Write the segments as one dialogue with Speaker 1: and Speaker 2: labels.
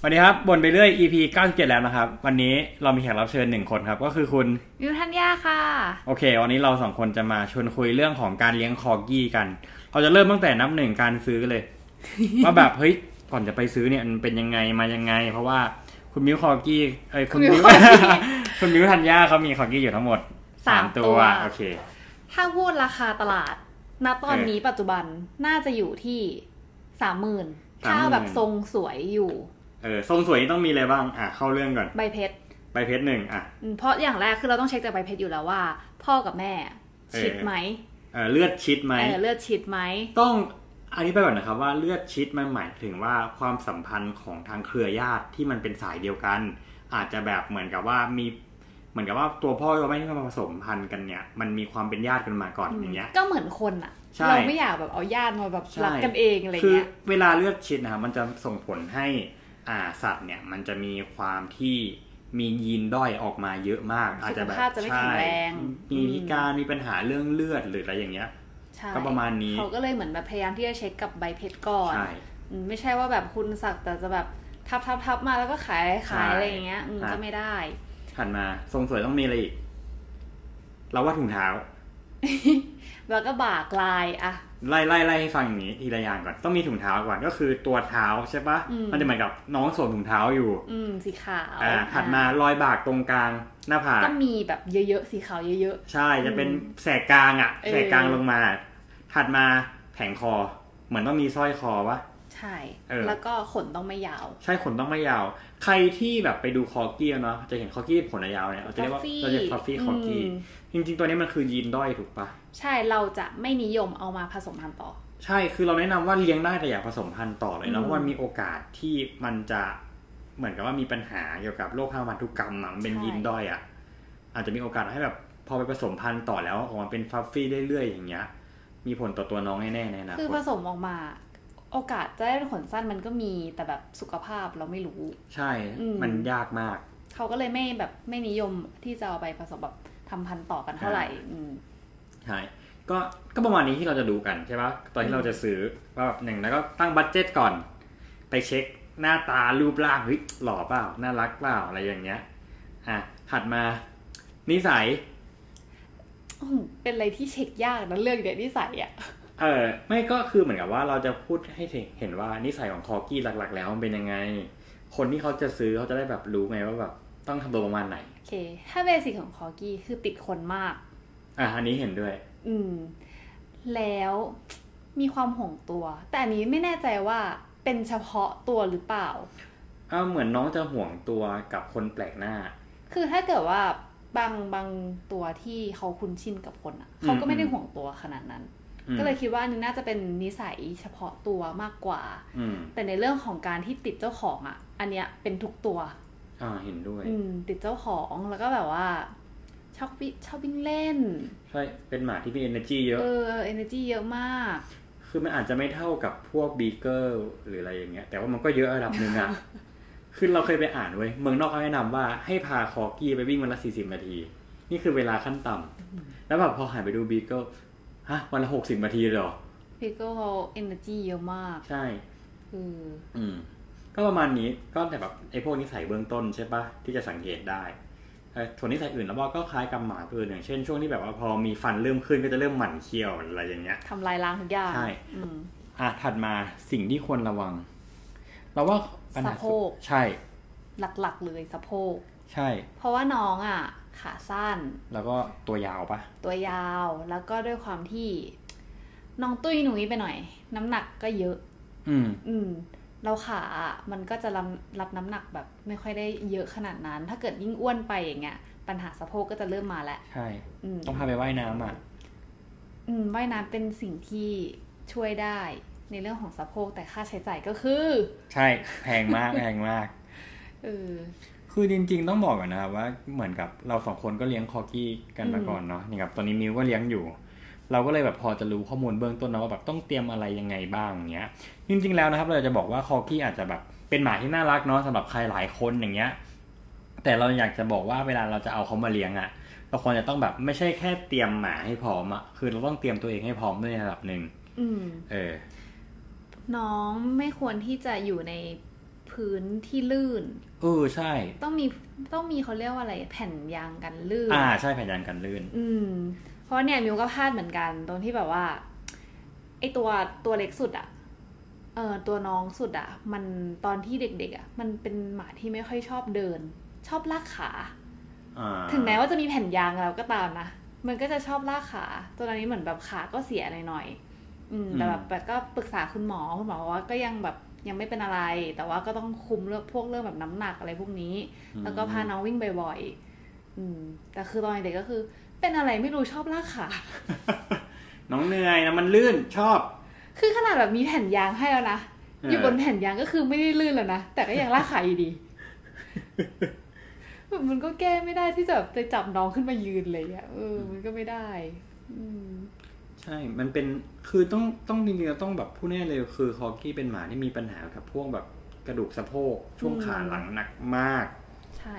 Speaker 1: สวัสดีครับบ่นไปเรื่อย EP 97 แล้วนะครับ วันนี้เรามีแขกรับเชิญหนึ่งคนครับ ก็คือคุณ
Speaker 2: วิวทัญญาค่ะ
Speaker 1: โอเค วันนี้เราสองคนจะมาชวนคุยเรื่องของการเลี้ยงคอกี้กัน เราจะเริ่มตั้งแต่นับหนึ่งการซื้อเลย ว่าแบบเฮ้ยก่อนจะไปซื้อเนี่ยมันเป็นยังไงมายังไง เพราะว่าคุณมิวคอกี้เอ้ยคุณ
Speaker 2: คุ
Speaker 1: มิว
Speaker 2: ณมิ้วคอกี้
Speaker 1: คุณมิวธัญญาเขามีคอกี้อยู่ทั้งหมด
Speaker 2: สามตัว
Speaker 1: โอเค
Speaker 2: ถ้าพูดราคาตลาด ณ ตอน
Speaker 1: เออ
Speaker 2: นี้ปัจจุบันน่าจะอยู่ที่สามหมื่น
Speaker 1: 30,000
Speaker 2: ถ้าแบบทรงสวยอยู่
Speaker 1: เออทรงสวยนี่ต้องมีอะไรบ้างอ่ะเข้าเรื่องก่อน
Speaker 2: ใบเพชร
Speaker 1: ใบเพชรหนึ่งอ่ะ
Speaker 2: อืมเพราะอย่างแรกคือเราต้องเช็คจากใบเพชรอยู่แล้วว่า พ่อกับแม่
Speaker 1: เออ
Speaker 2: ชิดไหม
Speaker 1: เออเลือดชิดไหม
Speaker 2: เออเลือดชิดไหม
Speaker 1: ต้องอธิบายก่อนนะครับว่าเลือดชิดมันหมายถึงว่าความสัมพันธ์ของทางเครือญาติที่มันเป็นสายเดียวกัน อาจจะแบบเหมือนกับว่ามีเหมือนกับว่าตัวพ่อตัวแม่ที่มาผสมพันธุ์กันเนี่ยมันมีความเป็นญาติกันมาก่อนอย่างเงี้ย
Speaker 2: ก็เหมือนคนอ่ะ
Speaker 1: ใช่
Speaker 2: เราไม่อยากแบบเอาญาติมาแบบ
Speaker 1: ใช่
Speaker 2: รักกันเองอะไร
Speaker 1: คือ
Speaker 2: เงี้ย
Speaker 1: เวลาเลือดชิดนะครับมันจะส่งผลให้อ่าสัตว์เนี่ยมันจะมีความที่มียีนด้อยออกมาเยอะมาก อาจจะแบบ
Speaker 2: สุขภาพจะไม่แข็งแรง
Speaker 1: ใช่มีพิการมีปัญหาเรื่องเลือดหรืออะไรอย่างเงี้ย
Speaker 2: ใช่
Speaker 1: ก็ประมาณนี้
Speaker 2: เขาก็เลยเหมือนแบบพยายามที่จะเช็คกับใบเพชรก่อน
Speaker 1: ใช่
Speaker 2: อืมไม่ใช่ว่าแบบคุณสักแต่จะแบบทับทับทับๆๆมาแล้วก็ขายขายอะไรอย่างเงี้ยอืม
Speaker 1: ครับ
Speaker 2: ก็ไม่ได้
Speaker 1: ถัดมาทรงสวยต้องมีอะไรอีกเราว่าถุงเท้า
Speaker 2: แล้วก็บากลายอะ
Speaker 1: ไล่ไล่ไล่ให้ฟังอย่างนี้ทีละอย่างก่อนต้องมีถุงเท้าก่อนก็คือตัวเท้าใช่ปะ
Speaker 2: อืม
Speaker 1: มันจะเหมือนกับน้องสวมถุงเท้าอยู่
Speaker 2: อืมสีขาว
Speaker 1: อ่าถัดมารอยบากตรงกลางหน้าผาก
Speaker 2: ก็มีแบบเยอะๆ สีขาวเยอะ
Speaker 1: ใช่จะเป็นแสกกลางอ่ะ
Speaker 2: เออ
Speaker 1: แสกกลางลงมา ถัดมาแผงคอ เหมือนต้องมีสร้อยคอวะ
Speaker 2: ๆ ใช่
Speaker 1: เออ
Speaker 2: แล้วก็ขนต้องไม่ยาว
Speaker 1: ใช่ขนต้องไม่ยาว ใครที่แบบไปดูคอกี้เนาะจะเห็นคอกี้ขนยาวเนี่ยเราจะเรียกว่า
Speaker 2: fluffy
Speaker 1: เราจะฟลัฟฟี่คอกี้
Speaker 2: อืม
Speaker 1: จริง ๆ ตัวนี้มันคือยีนด้อยถูกปะ
Speaker 2: ใช่ เราจะไม่นิยมเอามาผสมพันธุ์ต่อ
Speaker 1: ใช่ คือเราแนะนำว่าเลี้ยงได้แต่อย่าผสมพันธุ์ต่อเลยนะ
Speaker 2: อืม
Speaker 1: เพราะมันมีโอกาสที่มันจะเหมือนกับว่ามีปัญหาเกี่ยวกับโรคทางพันธุกรรมอะมันเป็นยีนด้อยอ่ะ อาจจะมีโอกาสให้แบบพอไปผสมพันธุ์ต่อแล้วออกมาเป็นฟัฟฟี่เรื่อยๆอย่างเงี้ย มีผลต่อตัวน้องแน่ๆในอนา
Speaker 2: คือ
Speaker 1: ค
Speaker 2: ผ
Speaker 1: ต
Speaker 2: สมออกมา โอกาสจะได้เป็นขนสั้นมันก็มี แต่แบบสุขภาพเราไม่รู้
Speaker 1: ใช่
Speaker 2: อืม
Speaker 1: มันยากมาก
Speaker 2: เขาก็เลยไม่แบบไม่นิยมที่จะเอาไปผสมแบบทำพันธุ์ต่อกันเท่าไหร่อืม
Speaker 1: ใช่ ก็ ก็ประมาณนี้ที่เราจะดูกันใช่ปะตอนที่เราจะซื้อว่าแบบหนึ่งแล้วก็ตั้งบัตเจ็ตก่อน ไปเช็คหน้าตารูปร่างเฮ้ยหล่อเปล่า น่ารักเปล่าอะไรอย่างเงี้ย อ่ะ ถัดมา นิสัย
Speaker 2: โอ้โหเป็นอะไรที่เช็คยากนะเรื่องเด็ดนิสัยอ่ะ
Speaker 1: เออไม่ก็คือเหมือนกับว่าเราจะพูดให้เห็นว่านิสัยของคอกี้หลักๆ แล้วมันเป็นยังไง คนที่เขาจะซื้อเขาจะได้แบบรู้ไงว่าแบบต้องทำตัวประมาณไหน
Speaker 2: โอเค ถ้าเบสิกของคอกี้คือติดคนมาก
Speaker 1: อ่ะอันนี้เห็นด้วย
Speaker 2: อืม แล้วมีความห่วงตัว แต่อันนี้ไม่แน่ใจว่าเป็นเฉพาะตัวหรือเปล่า
Speaker 1: เออเหมือนน้องจะห่วงตัวกับคนแปลกหน้า
Speaker 2: คือถ้าเกิดว่าบางบางตัวที่เขาคุ้นชินกับคนอ่ะเขาก็ไม่ได้ห่วงตัวขนาดนั้น
Speaker 1: อืม
Speaker 2: ก็เลยคิดว่าอันนี้น่าจะเป็นนิสัยเฉพาะตัวมากกว่า
Speaker 1: อืม
Speaker 2: แต่ในเรื่องของการที่ติดเจ้าของอ่ะ อันเนี้ยเป็นทุกตัว
Speaker 1: อ่าเห็นด้วย
Speaker 2: อืม ติดเจ้าของแล้วก็แบบว่า ชอบวิชอบวิ่งเล่น
Speaker 1: ใช่เป็นหมาที่มี energy เยอะ
Speaker 2: เออ energy เยอะมาก
Speaker 1: คือมันอาจจะไม่เท่ากับพวกบีเกอร์หรืออะไรอย่างเงี้ย แต่ว่ามันก็เยอะระดับหนึ่งอะ คือเราเคยไปอ่านเว้ยเมืองนอกเขาแนะนำว่าให้พาคอกี้ไปวิ่งวันละสี่สิบนาที นี่คือเวลาขั้นต่ำแล้วแบบพอหันไปดูบีเกิลฮะวันละหกสิบนาทีเลยเหรอ
Speaker 2: พี่ก็เขา energy เยอะมาก
Speaker 1: ใช่
Speaker 2: คือ
Speaker 1: อืม ก็ประมาณนี้ก็แต่แบบไอ้พวกนิสัยเบื้องต้นใช่ปะที่จะสังเกตได้เอ่อส่วนนิสัยอื่นแล้วก็คล้ายกับหมาตัวอื่นอย่างเช่นช่วงที่แบบว่าพอมีฟันเริ่มขึ้นก็จะเริ่มหมั่นเคี้ยวอะไรอย่างเงี้ย
Speaker 2: ทำลายล้างทุกอย่าง
Speaker 1: ใช่
Speaker 2: อืม
Speaker 1: อ่ะถัดมาสิ่งที่ควรระวัง เราว่าปัญหา
Speaker 2: สะโพก
Speaker 1: ใช่
Speaker 2: หลักๆเลยสะโพก
Speaker 1: ใช่
Speaker 2: เพราะว่าน้องอ่ะ ขาสั้น
Speaker 1: แล้วก็ตัวยาวปะ
Speaker 2: ตัวยาว แล้วก็ด้วยความที่ น้องตุ้ยหนุยไปหน่อย น้ำหนักก็เยอะ
Speaker 1: อืม
Speaker 2: อืม เราขาอ่ะมันก็จะรับรับน้ำหนักแบบ ไม่ค่อยได้เยอะขนาดนั้น ถ้าเกิดยิ่งอ้วนไปอย่างเงี้ย ปัญหาสะโพกก็จะเริ่มมาแล้ว
Speaker 1: ใช่
Speaker 2: อืม
Speaker 1: ต้องพาไปว่ายน้ำอ่ะ
Speaker 2: อืมว่ายน้ำเป็นสิ่งที่ช่วยได้ ในเรื่องของสะโพกแต่ค่าใช้จ่ายก็คือ
Speaker 1: ใช่ แพงมาก แพงมาก
Speaker 2: เออ
Speaker 1: คือจริงๆต้องบอกก่อนนะครับว่าเหมือนกับเราสองคนก็เลี้ยงคอกี้กันมาก่อนเนาะอย่างกับตอนนี้มิวก็เลี้ยงอยู่ เราก็เลยแบบพอจะรู้ข้อมูลเบื้องต้นนะว่าแบบต้องเตรียมอะไรยังไงบ้างอย่างเงี้ย จริงๆแล้วนะครับ เราจะบอกว่าคอกี้อาจจะแบบเป็นหมาที่น่ารักเนาะสำหรับใครหลายคนอย่างเงี้ย แต่เราอยากจะบอกว่าเวลาเราจะเอาเขามาเลี้ยงอะ่ะ เราควรจะต้องแบบไม่ใช่แค่เตรียมหมาให้พร้อมอะคือเราต้องเตรียมตัวเองให้พร้อมด้วยในระดับหนึ่ง
Speaker 2: อืม
Speaker 1: เออ
Speaker 2: น้องไม่ควรที่จะอยู่ใน พื้นที่ลื่น
Speaker 1: เออใช่
Speaker 2: ต้องมีต้องมีเขาเรียกว่าอะไรแผ่นยางกันลื่น
Speaker 1: อ่าใช่แผ่นยางกันลื่น
Speaker 2: อืม เพราะเนี่ยมิวก็พลาดเหมือนกันตรงที่แบบว่าไอตัวตัวเล็กสุดอะเออตัวน้องสุดอะมันตอนที่เด็ก ๆอะมันเป็นหมาที่ไม่ค่อยชอบเดิน ชอบลากขา
Speaker 1: อ่า
Speaker 2: ถึงแม้ว่าจะมีแผ่นยางแล้วก็ตามนะ มันก็จะชอบลากขา ตัวนี้เหมือนแบบขาก็เสียหน่อยๆอืม แต่แบบแต่ก็ปรึกษาคุณหมอคุณหมอบอกว่าก็ยังแบบยังไม่เป็นอะไร แต่ว่าก็ต้องคุมเรื่องพวกเรื่องแบบน้ำหนักอะไรพวกนี้ แล้วก็พาน้องวิ่งบ่อยๆอืม แต่คือตอนเด็กก็คือ เป็นอะไรไม่รู้ชอบลากขา
Speaker 1: น้องเหนื่อยนะมันลื่นชอบ
Speaker 2: คือขนาดแบบมีแผ่นยางให้แล้วนะ
Speaker 1: เออ
Speaker 2: อ
Speaker 1: อ
Speaker 2: ยู่บนแผ่นยางก็คือไม่ได้ลื่นแล้วนะ แต่ก็ยังลากขาอยู่ดี แบบมันก็แก้ไม่ได้ที่จะแบบจะจับน้องขึ้นมายืนเลยอะเออ มันก็ไม่ได้ อืม
Speaker 1: ใช่ มันเป็น คือต้อง ต้องจริงๆเราต้องแบบพูดแน่เลย คือคอกี้เป็นหมาที่มีปัญหากับพวกแบบกระดูกสะโพก ช่วงขาหลังหนักมาก
Speaker 2: ใช่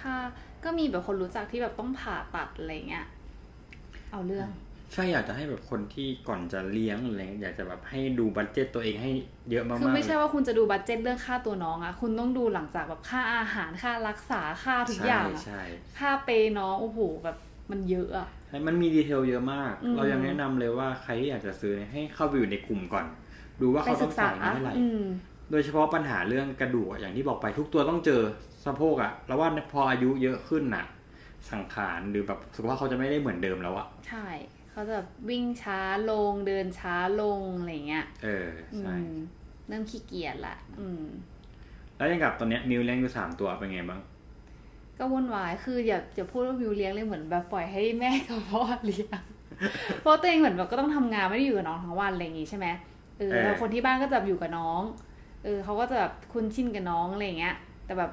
Speaker 2: ค่ะ ก็มีแบบคนรู้จักที่แบบต้องผ่าตัดอะไรเงี้ย เอาเรื่อง
Speaker 1: ใช่ อยากจะให้แบบคนที่ก่อนจะเลี้ยงอะไร อยากจะแบบให้ดูบัตเจตตัวเองให้เยอะมากๆ
Speaker 2: คือไม่ใช่
Speaker 1: เลย
Speaker 2: ว่าคุณจะดูบัตเจ็ตเรื่องค่าตัวน้องอะคุณต้องดูหลังจากแบบค่าอาหารค่ารักษาค่าทุกอย่างอะ
Speaker 1: ใช่
Speaker 2: ค่าเปย์น้องโอ้โหแบบมันเยอะอะ
Speaker 1: ใช่ มันมีดีเทลเยอะมาก
Speaker 2: อืม
Speaker 1: เรายังแนะนำเลยว่าใครที่อยากจะซื้อเนี่ยให้เข้าไปอยู่ในกลุ่มก่อน ดูว่า
Speaker 2: ไป
Speaker 1: เขาต้
Speaker 2: ศึ
Speaker 1: อง
Speaker 2: กษา
Speaker 1: จ่ายเงินเท่าไหร่
Speaker 2: อืม
Speaker 1: โดยเฉพาะปัญหาเรื่องกระดูกอะอย่างที่บอกไปทุกตัวต้องเจอสะโพกอะแล้วว่าพออายุเยอะขึ้นน่ะ สังขารหรือแบบสุขภาพเขาจะไม่ได้เหมือนเดิมแล้วอะ
Speaker 2: ใช่ เขาจะวิ่งช้าลงเดินช้าลงอะไรเงี้ย
Speaker 1: เออ
Speaker 2: อื
Speaker 1: ใช่
Speaker 2: มเริ่มขี้เกียจละอืม
Speaker 1: แล้วอยังกับตอนเนี้ยมิวเลี้ยงอยู่สามตัวเป็นไงบ้าง
Speaker 2: ก็วุ่นวาย คืออย่าอย่าพูดว่าวิวเลี้ยงเลยเหมือนแบบปล่อยให้แม่กับพ่อเลี้ยง เพราะตัวเองเหมือนแบบก็ต้องทำงานไม่ได้อยู่กับน้องทั้งวันอะไรอย่างงี้ใช่ไหมเออ
Speaker 1: เออ
Speaker 2: แล้วคนที่บ้านก็จะอยู่กับน้อง เออเขาก็จะแบบคุ้นชินกับน้องอะไรอย่างเงี้ย แต่แบบ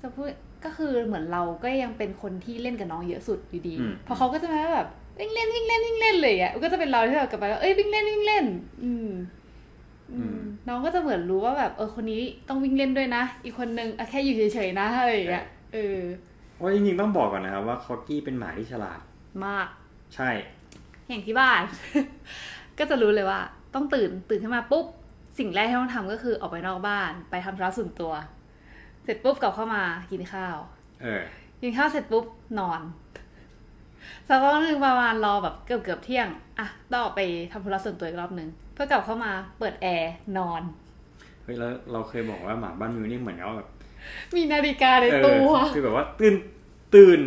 Speaker 2: จะพูดก็คือเหมือนเราก็ยังเป็นคนที่เล่นกับน้องเยอะสุดอยู่ดี
Speaker 1: อืม
Speaker 2: เพอเขาก็จะมาแบบวิ่งเล่นวิ่งเล่นวิ่งเล่นเลยอ่ะมันก็จะเป็นเราที่แบบกลับไปว่าเอ้ยวิ่งเล่นวิ่งเล่น อืม อืมน้องก็จะเหมือนรู้ว่าแบบ เออคนนี้ต้องวิ่งเล่นด้วยนะ อีกคนนึงอะแค่อยู่เฉยๆนะอะไรอย่างเงี้ยเออ
Speaker 1: เพราะจริงๆต้องบอกก่อนนะครับว่าคอกี้เป็นหมาที่ฉลาด
Speaker 2: มาก
Speaker 1: ใช่
Speaker 2: อย่างที่บ้าน ก็จะรู้เลยว่า ต้องตื่นตื่นขึ้นมาปุ๊บ สิ่งแรกที่ต้องทำก็คือออกไปนอกบ้าน ไปทำธุระส่วนตัว เสร็จปุ๊บกลับเข้ามากินข้าว
Speaker 1: เออ
Speaker 2: กินข้าวเสร็จปุ๊บนอนสักพักหนึ่งประมาณรอแบบเกือบเกือบๆเที่ยง อ่ะต้องออกไปทำธุระส่วนตัวอีกรอบหนึ่งเพื่อกลับเข้ามาเปิดแอร์นอน
Speaker 1: เฮ้ยแล้วเราเคยบอกว่าหมาบ้านมิวนี่เหมือนกับว่าแบบ
Speaker 2: มีนาฬิกาใน
Speaker 1: เอ
Speaker 2: ตัว
Speaker 1: อคือแบบว่าตื่นตื่น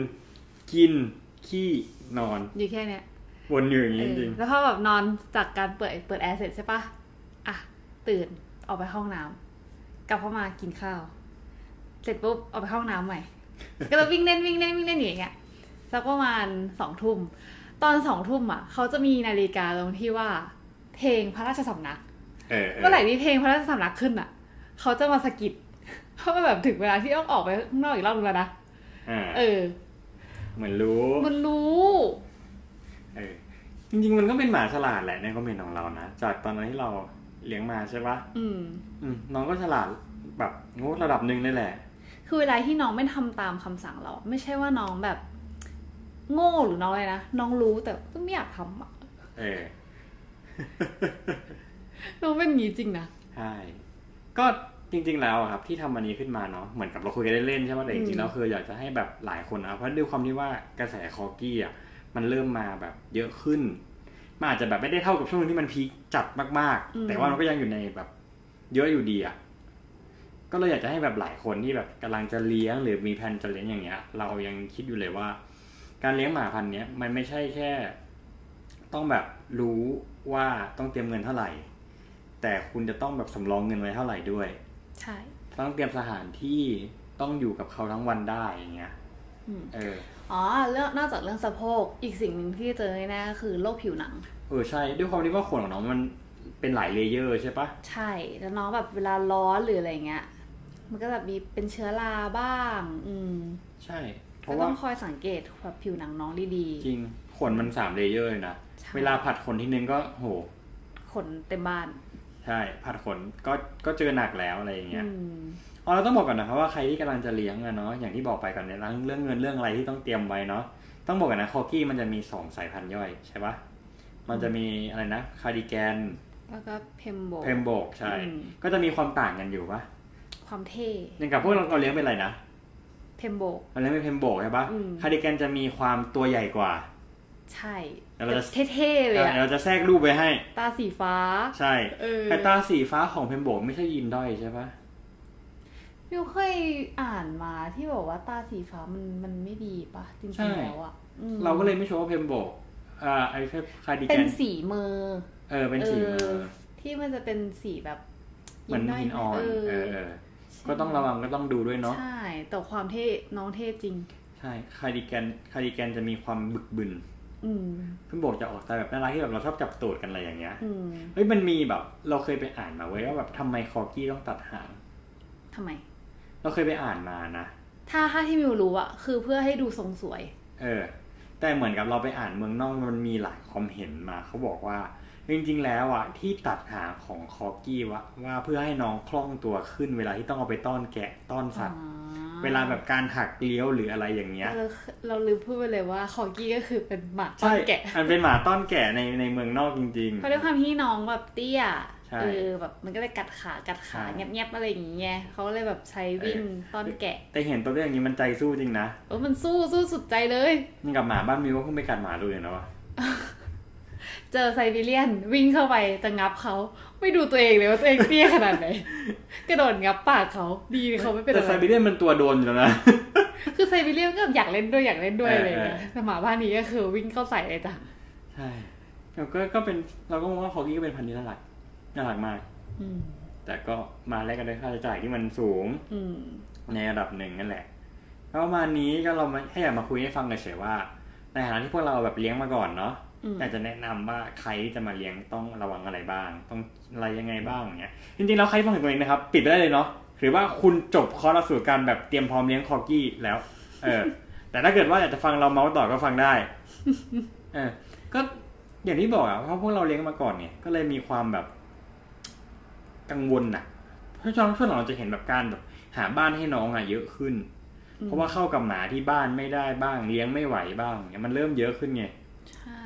Speaker 1: กินขี้นอน
Speaker 2: อยู่แค่เนี้ย
Speaker 1: วนอยู่อย่างนี้จริง
Speaker 2: แล้วพอแบบนอนจากการเปิดเปิดแอร์เสร็จใช่ปะอ่ะ ตื่นออกไปห้องน้ำกลับเข้ามากินข้าว เสร็จปุ๊บออกไปห้องน้ำใหม่ ก็จะวิ่งเล่นวิ่งเล่นวิ่งเล่นอยู่อย่างเงี้ยสักประมาณสองทุ่มตอนสองทุ่มอ่ะเขาจะมีนาฬิกาตรงที่ว่า เพลงพระราชสำนัก
Speaker 1: ๆเออเออ
Speaker 2: เมื่อไหร่มีเพลงพระราชสำนักขึ้นอ่ะเขาจะมาสะกิด เพราะว่าแบบถึงเวลาที่ต้องออกไปข้างนอกอีกรอบนึงแล้วนะ
Speaker 1: อ่า
Speaker 2: เออ
Speaker 1: เหมือนรู้
Speaker 2: มันรู้
Speaker 1: เออจริงๆมันก็เป็นหมาฉลาดแหละในความเห็นของเรานะ จากตอนนั้นที่เราเลี้ยงมาใช่ปะ
Speaker 2: อืม
Speaker 1: อืมน้องก็ฉลาดแบบงดระดับหนึ่งเลยแหละ
Speaker 2: คือเวลาที่น้องไม่ทำตามคำสั่งเรา ไม่ใช่ว่าน้องแบบ โง่หรือน้องอะไรนะ น้องรู้แต่ก็ไม่อยากทำอะ
Speaker 1: เออ
Speaker 2: น้องเป็นอย่างงี้จริงนะ
Speaker 1: ใช่ก็จริง ๆ แล้วอะครับที่ทำอันนี้ขึ้นมาเนาะเหมือนกับเราคุยกันเล่นๆใช่ปะแต่จ
Speaker 2: อื
Speaker 1: ริงๆ
Speaker 2: ม
Speaker 1: เราคืออยากจะให้แบบหลายคนนะเพราะด้วยความที่ว่ากระแสคอกี้อ่ะมันเริ่มมาแบบเยอะขึ้นมันอาจจะแบบไม่ได้เท่ากับช่วงที่มันพีคจัดมากๆ แต่ว่ามันก็ยังอยู่ในแบบเยอะอยู่ดีอ่ะก็เลยอยากจะให้แบบหลายคนที่แบบกำลังจะเลี้ยงหรือมีแผนจะเลี้ยงอย่างเงี้ย เรายังคิดอยู่เลยว่า การเลี้ยงหมาพันธุ์เนี้ยมันไม่ใช่แค่ ต้องแบบรู้ว่าต้องเตรียมเงินเท่าไหร่ แต่คุณจะต้องแบบสำรองเงินไว้เท่าไหร่ด้วย
Speaker 2: ใช่
Speaker 1: ต้องเตรียมสถานที่ต้องอยู่กับเขาทั้งวันได้อย่างเงี้ย
Speaker 2: อืม
Speaker 1: เออ
Speaker 2: อ๋อเรื่องนอกจากเรื่องสะโพก อีกสิ่งหนึ่งที่เจอแน่ๆก็คือโรคผิวหนัง
Speaker 1: เออใช่ด้วยความที่ว่าขนของน้องมันเป็นหลายเลเยอร์ใช่ปะ
Speaker 2: ใช่ แล้วน้องแบบเวลาร้อนหรืออะไรเงี้ย มันก็แบบมีเป็นเชื้อราบ้าง อืม
Speaker 1: ใช่ เพ
Speaker 2: ก็
Speaker 1: ราะ
Speaker 2: ต้
Speaker 1: ว่า
Speaker 2: องคอยสังเกตแบบผิวหนังน้องดี
Speaker 1: จริงขนมันสามเลเยอร์เลยนะ
Speaker 2: ๆใช่
Speaker 1: เวลาผัดขนทีนึงก็โห
Speaker 2: ขนเต็มบ้าน
Speaker 1: ใช่ ผัดขนก็ก็เจอหนักแล้วอะไรอย่างเงี้ย
Speaker 2: อืม
Speaker 1: อ๋อเราต้องบอกก่อนนะครับว่าใครที่กำลังจะเลี้ยงอะเนาะอย่างที่บอกไปก่อนในเรื่องเรื่องเงินเรื่องอะไรที่ต้องเตรียมไว้เนาะต้องบอกก่อนนะคอกี้มันจะมีสองสายพันธุ์ย่อยใช่ปะมันจะมีอะไรนะคาร์ดิแกน
Speaker 2: แล้วก็เพมโบ
Speaker 1: เพมโบกใช่
Speaker 2: อืม
Speaker 1: ก็จะมีความต่างกันอยู่ปะ
Speaker 2: ความเท่
Speaker 1: อย่างกับพวกเราเราเลี้ยงเป็นอะไรนะ
Speaker 2: เพมโบ
Speaker 1: เราเลี้ยงเป็นเพมโบกใช่ปะ
Speaker 2: อืม
Speaker 1: คาร์ดิแกนจะมีความตัวใหญ่กว่า
Speaker 2: ใช่
Speaker 1: แล้วเราจะ
Speaker 2: เท่ๆเลย
Speaker 1: เดี๋ยว
Speaker 2: อะ
Speaker 1: เราจะแทรกรูปไปให้
Speaker 2: ตาสีฟ้า
Speaker 1: ใช่
Speaker 2: เออ
Speaker 1: แต่ตาสีฟ้าของเพมโบกไม่ใช่ยีนด้อยใช่ปะ
Speaker 2: มิวเคยอ่านมาที่บอกว่าตาสีฟ้ามันมันไม่ดีปะจริงๆแล้วอะอืม
Speaker 1: เราก็เลยไม่ชัวร์ว่าเพมโบกอ่าไอ้คาร์ดิแก
Speaker 2: เป็น
Speaker 1: น
Speaker 2: สีมือ
Speaker 1: เออเป็นสี
Speaker 2: เอ
Speaker 1: เอ
Speaker 2: อ
Speaker 1: อ
Speaker 2: ที่มันจะเป็นสีแบบ
Speaker 1: เหมือนหินอ่อน
Speaker 2: เ
Speaker 1: เออเออก็ต้องระวังก็ต้องดูด้วยเนาะ
Speaker 2: ใช่ แต่ความเท่น้องเท่จริง
Speaker 1: ใช่คาร์ดิแกนคาร์ดิแกนจะมีความบึกบึน
Speaker 2: อืม
Speaker 1: เพิ่งบอกจะออกสไตล์แบบน่ารักที่แบบเราชอบจับตูดกันอะไรอย่างเงี้ย
Speaker 2: อืม
Speaker 1: เฮ้ยมันมีแบบเราเคยไปอ่านมาเว้ยว่าแบบทำไมคอกี้ต้องตัดหาง
Speaker 2: ทำไม
Speaker 1: เราเคยไปอ่านมานะ
Speaker 2: ถ้าถ้าที่มิวรู้อะคือเพื่อให้ดูทรงสวย
Speaker 1: เออ แต่เหมือนกับเราไปอ่านเมืองนอกมันมีหลายความเห็นมาเขาบอกว่า จริงๆแล้วอะที่ตัดหางของคอกี้วะว่าเพื่อให้น้องคล่องตัวขึ้นเวลาที่ต้องเอาไปต้อนแกะต้อนสัตว์
Speaker 2: อ๋อ
Speaker 1: เวลาแบบการหักเลี้ยวหรืออะไรอย่างเงี้ย
Speaker 2: เราเราลืมพูดไปเลยว่าคอกี้ก็คือเป็นหมาต้อ
Speaker 1: ใช่
Speaker 2: นแกะ
Speaker 1: มันเป็นหมาต้อนแกะในในเมืองนอกจริง
Speaker 2: เพราะด้วยความที่น้องแบบเตี้ย
Speaker 1: ใช่
Speaker 2: เออแบบมันก็เลยกัดขากัดขา
Speaker 1: ใช่
Speaker 2: เงียบๆอะไรอย่างเงี้ยเขาก็เลยแบบใช้วิ่ง
Speaker 1: เออ
Speaker 2: ต้อนแกะ
Speaker 1: ๆ แต่เห็นตัวเรื่องอย่างนี้มันใจสู้จริงนะ
Speaker 2: เออมันสู้สู้สุดใจเลย
Speaker 1: นี่กับหมาบ้านมิวก็เพิ่งไปกัดหมาดูอย่างนะวะ
Speaker 2: เจอไซบีเรียนวิ่งเข้าไปจะงับเขาไม่ดูตัวเองเลยว่าตัวเองเตี้ยขนาด ไหน กระโดดงับปากเขาดีเขาไม่เป็น
Speaker 1: แต่
Speaker 2: อะ
Speaker 1: ไซ
Speaker 2: ไร
Speaker 1: บีเรียนมันตัวโดนอยู่แล้วนะ
Speaker 2: คือไซบีเรียนก็อยากเล่นด้วยอยากเล่นด้วย
Speaker 1: เออ
Speaker 2: อะไรอย่างเลย
Speaker 1: เออ
Speaker 2: แต่หมาบ้านนี้ก็คือวิ่งเข้าใส่เลยจ้ะ
Speaker 1: ใช่แล้วก็ก็เป็นเราก็มองว่าคอกี้ก็เป็นพันธุ์ที่น่ารักน่ารักมาก
Speaker 2: อืม
Speaker 1: แต่ก็มาแลกกันด้วยค่าใช้จ่ายที่มันสูง
Speaker 2: อืม
Speaker 1: ในระดับหนึ่งนั่นแหละก็ประมาณนี้ก็เรามาแค่อยากมาคุยให้ฟังเฉยๆว่า ในฐานะที่พวกเราแบบเลี้ยงมาก่อนเนาะ
Speaker 2: อืม
Speaker 1: แต่จะแนะนำว่าใครที่จะมาเลี้ยงต้องระวังอะไรบ้าง ต้องอะไรยังไงบ้างอย่างเงี้ยจริงๆแล้วใครที่ฟังถึงตรงนี้นะครับ ปิดไปได้เลยเนาะหรือว่าคุณจบคอร์สหลักสูตรการแบบเตรียมพร้อมเลี้ยงคอกี้แล้ว เออ แต่ถ้าเกิดว่าอยากจะฟังเราเมาส์ต่อก็ฟังได้ เออ ก็อย่างที่บอกอะเพราะพวกเราเลี้ยงมาก่อนเนี่ยก็เลยมีความแบบ กังวลน่ะ เพราะช่วงช่วงหลังเราจะเห็นแบบการแบบหาบ้านให้น้องอะเยอะขึ้น
Speaker 2: อืม
Speaker 1: เพราะว่าเข้ากับหมาที่บ้านไม่ได้บ้าง เลี้ยงไม่ไหวบ้างเนี่ยมันเริ่มเยอะขึ้นไง
Speaker 2: ใช่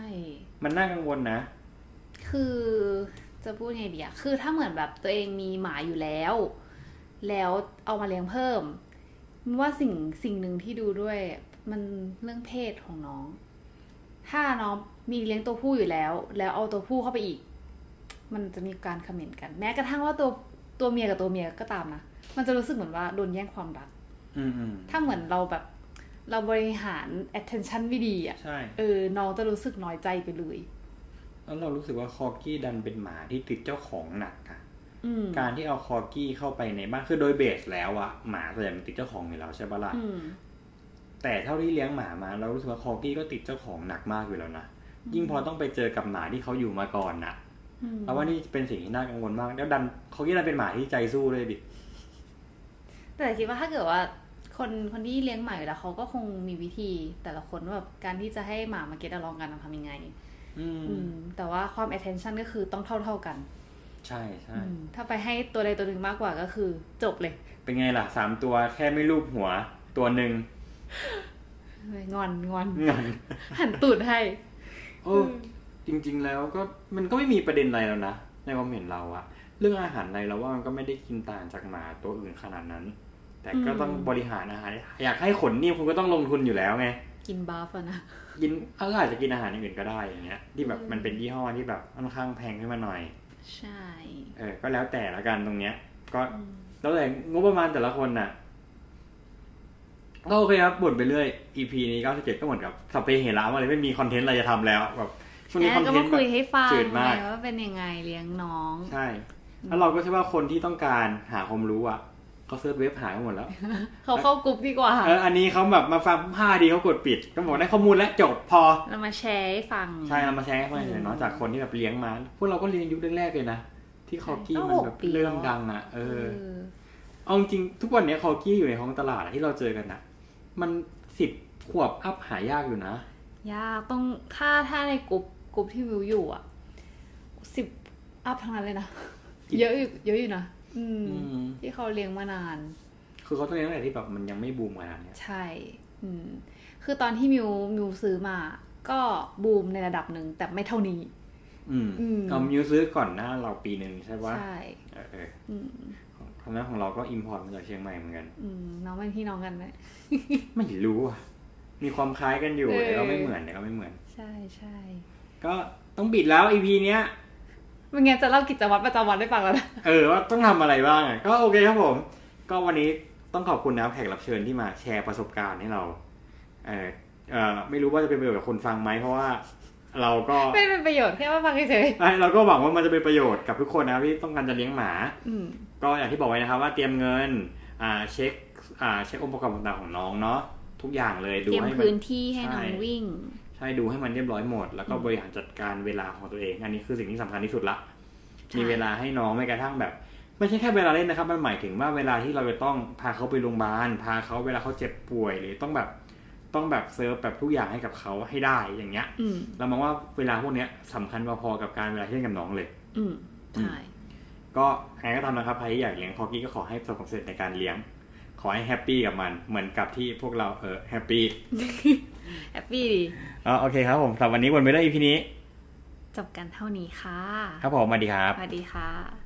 Speaker 1: มันน่ากังวลนะ
Speaker 2: คือจะพูดไงดีอะคือถ้าเหมือนแบบตัวเองมีหมาอยู่แล้ว แล้วเอามาเลี้ยงเพิ่มว่าสิ่งสิ่งหนึ่งที่ดูด้วย มันเรื่องเพศของน้อง ถ้าน้องมีเลี้ยงตัวผู้อยู่แล้ว แล้วเอาตัวผู้เข้าไปอีก มันจะมีการคอมเมนต์กัน แม้กระทั่งว่าตัวตัวเมียกับตัวเมียก็ตามนะมันจะรู้สึกเหมือนว่าโดนแย่งความรัก
Speaker 1: อืมอืม
Speaker 2: ถ้าเหมือนเราแบบเราบริหาร attention ไม่ดีอะ
Speaker 1: ใช่
Speaker 2: เออน้องจะรู้สึกน้อยใจไปเลย
Speaker 1: แล้วเรารู้สึกว่าคอกี้ดันเป็นหมาที่ติดเจ้าของหนักอะ
Speaker 2: อืม
Speaker 1: การที่เอาคอกี้เข้าไปในบ้านคือโดยเบสแล้วอะหมาส่วนใหญ่มันติดเจ้าของอยู่แล้วใช่ปะล่ะ
Speaker 2: อืม
Speaker 1: แต่เท่าที่เลี้ยงหมามาเรารู้สึกว่าคอกี้ก็ติดเจ้าของหนักมากอยู่แล้วนะยิ่งพอต้องไปเจอกับหมาที่เขาอยู่มาก่อนนะ
Speaker 2: อืม
Speaker 1: แล้วว่านี่เป็นสิ่งที่น่ากังวลมากแล้วดันคอกี้ดันเป็นหมาที่ใจสู้เลยดิ
Speaker 2: แต่คิดว่าถ้าเกิดว่าคนคนที่เลี้ยงหมาอยู่แล้วเขาก็คงมีวิธีแต่ละคนว่าแบบการที่จะให้หมามาเก็ตอลองกันอะทำยังไง
Speaker 1: อืม
Speaker 2: อืม แต่ว่าความ attention ก็คือต้องเท่าเท่าๆกัน
Speaker 1: ใช่ใช่
Speaker 2: อืมถ้าไปให้ตัวใดตัวหนึ่งมากกว่าก็คือจบเลย
Speaker 1: เป็นไงล่ะสามตัวแค่ไม่รูปหัว ตัวหนึ่ง
Speaker 2: งอนงอน
Speaker 1: งอน
Speaker 2: หันตูดให้
Speaker 1: โอ้จริง ๆ แล้วก็มันก็ไม่มีประเด็นอะไรแล้วนะในความเห็นเราอะเรื่องอาหารอะไรเราว่ามันก็ไม่ได้กินต่างจากหมาตัวอื่นขนาดนั้น แต่ก็ต้อง
Speaker 2: อืม
Speaker 1: บริหารอาหารอยากให้ขนนิ่มคุณก็ต้องลงทุนอยู่แล้วไง
Speaker 2: กินบาฟอะนะ
Speaker 1: กินเอาก็อาจจะกินอาหารอย่างอื่นก็ได้อย่างเงี้ย ที่แบบ
Speaker 2: อืม
Speaker 1: มันเป็นยี่ห้อที่แบบค่อนข้างแพงขึ้นมาหน่อย
Speaker 2: ใช่
Speaker 1: เออ ก็แล้วแต่ละกันตรงเนี้ย ก็
Speaker 2: อืม
Speaker 1: แล้วแต่งบประมาณแต่ละคนน่ะก็โอเคครับบ่นไปเรื่อย EP นี้ก็เจ็ดก็เหมือนกับสเปเหระมาเลยไม่มีคอนเทนต์อะไรจะทำแล้วแบบช่วงนี้
Speaker 2: แอ
Speaker 1: คอน น
Speaker 2: ก็
Speaker 1: เทนต์
Speaker 2: มาคุยให้ฟัง
Speaker 1: จืดมาก
Speaker 2: ไงว่าเป็นยังไงเลี้ยงน้อง
Speaker 1: ใช่ แล้วเราก็ใช่อว่าคนที่ต้องการหาความรู้อ่ะเขาเซิร์ชเว็บหากันหมดแล้ว
Speaker 2: เขาเข้ากลุ่มดีกว่า
Speaker 1: เออ อันนี้เขาแบบมาฟังผ้าดีเขากดปิด ก็บอกได้ข้อมูลแล้วจบพอ
Speaker 2: เรามาแชร์ให้ฟัง
Speaker 1: ใช่เรามาแชร์ให้ฟังเฉยๆเนาะจากคนที่แบบเลี้ยงมาพวกเราก็เรียนยุคแรกๆเลยนะ ที่คอกี้
Speaker 2: ก็
Speaker 1: มัน
Speaker 2: หก
Speaker 1: แบบ
Speaker 2: ปี
Speaker 1: เริ่ม
Speaker 2: แล้ว
Speaker 1: ดังอ่ะเอ
Speaker 2: เอ
Speaker 1: อ
Speaker 2: อ
Speaker 1: เอาจริงๆทุกวันเนี้ยคอกี้อยู่ในท้องตลาดอะที่เราเจอกันนะมันสิบขวบอัพหายากอยู่นะ
Speaker 2: ยากต้องถ้าถ้าในกลุ่มกลุ่มที่วิวอยู่อ่ะสิบอัพทั้งนั้นเลยนะ
Speaker 1: อีก
Speaker 2: เยอะอยู่เยอะอยู่นะอืม
Speaker 1: อืม
Speaker 2: ที่เขาเลี้ยงมานาน
Speaker 1: คือเขาต้องเลี้ยงตั้งแต่ที่แบบมันยังไม่บูมขนาดเนี้ย
Speaker 2: ใช่ อืม คือตอนที่มิวมิวซื้อมา ก็บูมในระดับหนึ่งแต่ไม่เท่านี้
Speaker 1: อืม
Speaker 2: อืม
Speaker 1: เอามิวซื้อก่อนหน้าเราปีหนึ่งใช่ปะ
Speaker 2: ใช่
Speaker 1: เออเออ
Speaker 2: อืม
Speaker 1: ของคณะของเราก็อิมพอร์ตมาจากเชียงใหม่เหมือนกัน
Speaker 2: อืมน้องเป็นพี่น้องกันไหม
Speaker 1: ไม่รู้อ่ะ มีความคล้ายกันอยู่
Speaker 2: เออ
Speaker 1: แต่ก็ไม่เหมือนแต่ก็ไม่เหมือน
Speaker 2: ใช่ใช่
Speaker 1: ก็ต้องบิดแล้ว EP เนี้ย
Speaker 2: ไม่งั้นจะเล่ากิจวัตรประจำวันได้ฟังแล้ว นะ
Speaker 1: เออว่าต้องทำอะไรบ้างอะก็โอเคครับผม ก็วันนี้ต้องขอบคุณนะครับแขกรับเชิญที่มาแชร์ประสบการณ์ให้เรา เออเออไม่รู้ว่าจะเป็นประโยชน์กับคนฟังไหมเพราะว่า เราก็
Speaker 2: ไม่เป็นประโยชน์แค่ว่าฟังเฉย
Speaker 1: เอ้ยเราก็หวังว่ามันจะเป็นประโยชน์กับทุกคนนะครับที่ต้องการจะเลี้ยงหมา
Speaker 2: ๆอืม
Speaker 1: ก็อย่างที่บอกไว้นะครับว่าเตรียมเงิน อ่าเช็ค อ่าเช็คองค์ประกอบต่างๆของน้องเนาะทุกอย่างเลยดู
Speaker 2: เตรียม
Speaker 1: ให้มั
Speaker 2: พื้
Speaker 1: น
Speaker 2: นที่ให้น้อง
Speaker 1: ใช่
Speaker 2: วิ่ง
Speaker 1: ใช่ดูให้มันเรียบร้อยหมด แล้วก็
Speaker 2: อืม
Speaker 1: บริหารจัดการเวลาของตัวเอง อันนี้คือสิ่งที่สำคัญที่สุดละ
Speaker 2: ใช่
Speaker 1: มีเวลาให้น้องไม่กระทั่งแบบ ไม่ใช่แค่เวลาเล่นนะครับ มันหมายถึงว่าเวลาที่เราจะต้องพาเขาไปโรงพยาบาล พาเขาเวลาเขาเจ็บป่วย หรือต้องแบบต้องแบบเซิร์ฟแบบทุกอย่างให้กับเขาให้ได้อย่างเงี้ย
Speaker 2: อืม
Speaker 1: เรามองว่าเวลาพวกเนี้ยสำคัญพอๆกับการเวลาที่เล่นกับน้องเลย
Speaker 2: อืมใช่
Speaker 1: ก็ใครก็ทำนะครับใครที่อยากเลี้ยงคอกี้ก็ขอให้ประสบความสำเร็จในการเลี้ยง ขอให้แฮปปี้กับมัน เหมือนกับที่พวกเราเออแฮปปี้
Speaker 2: แอปปี้ดี
Speaker 1: อ๋อโอเคครับผมสำหรับวันนี้วนไปเรื่อยอีพีนี้
Speaker 2: จบกันเท่านี้ค่ะ
Speaker 1: ครับผมสวัสดีครับ
Speaker 2: สวัสดีค่ะ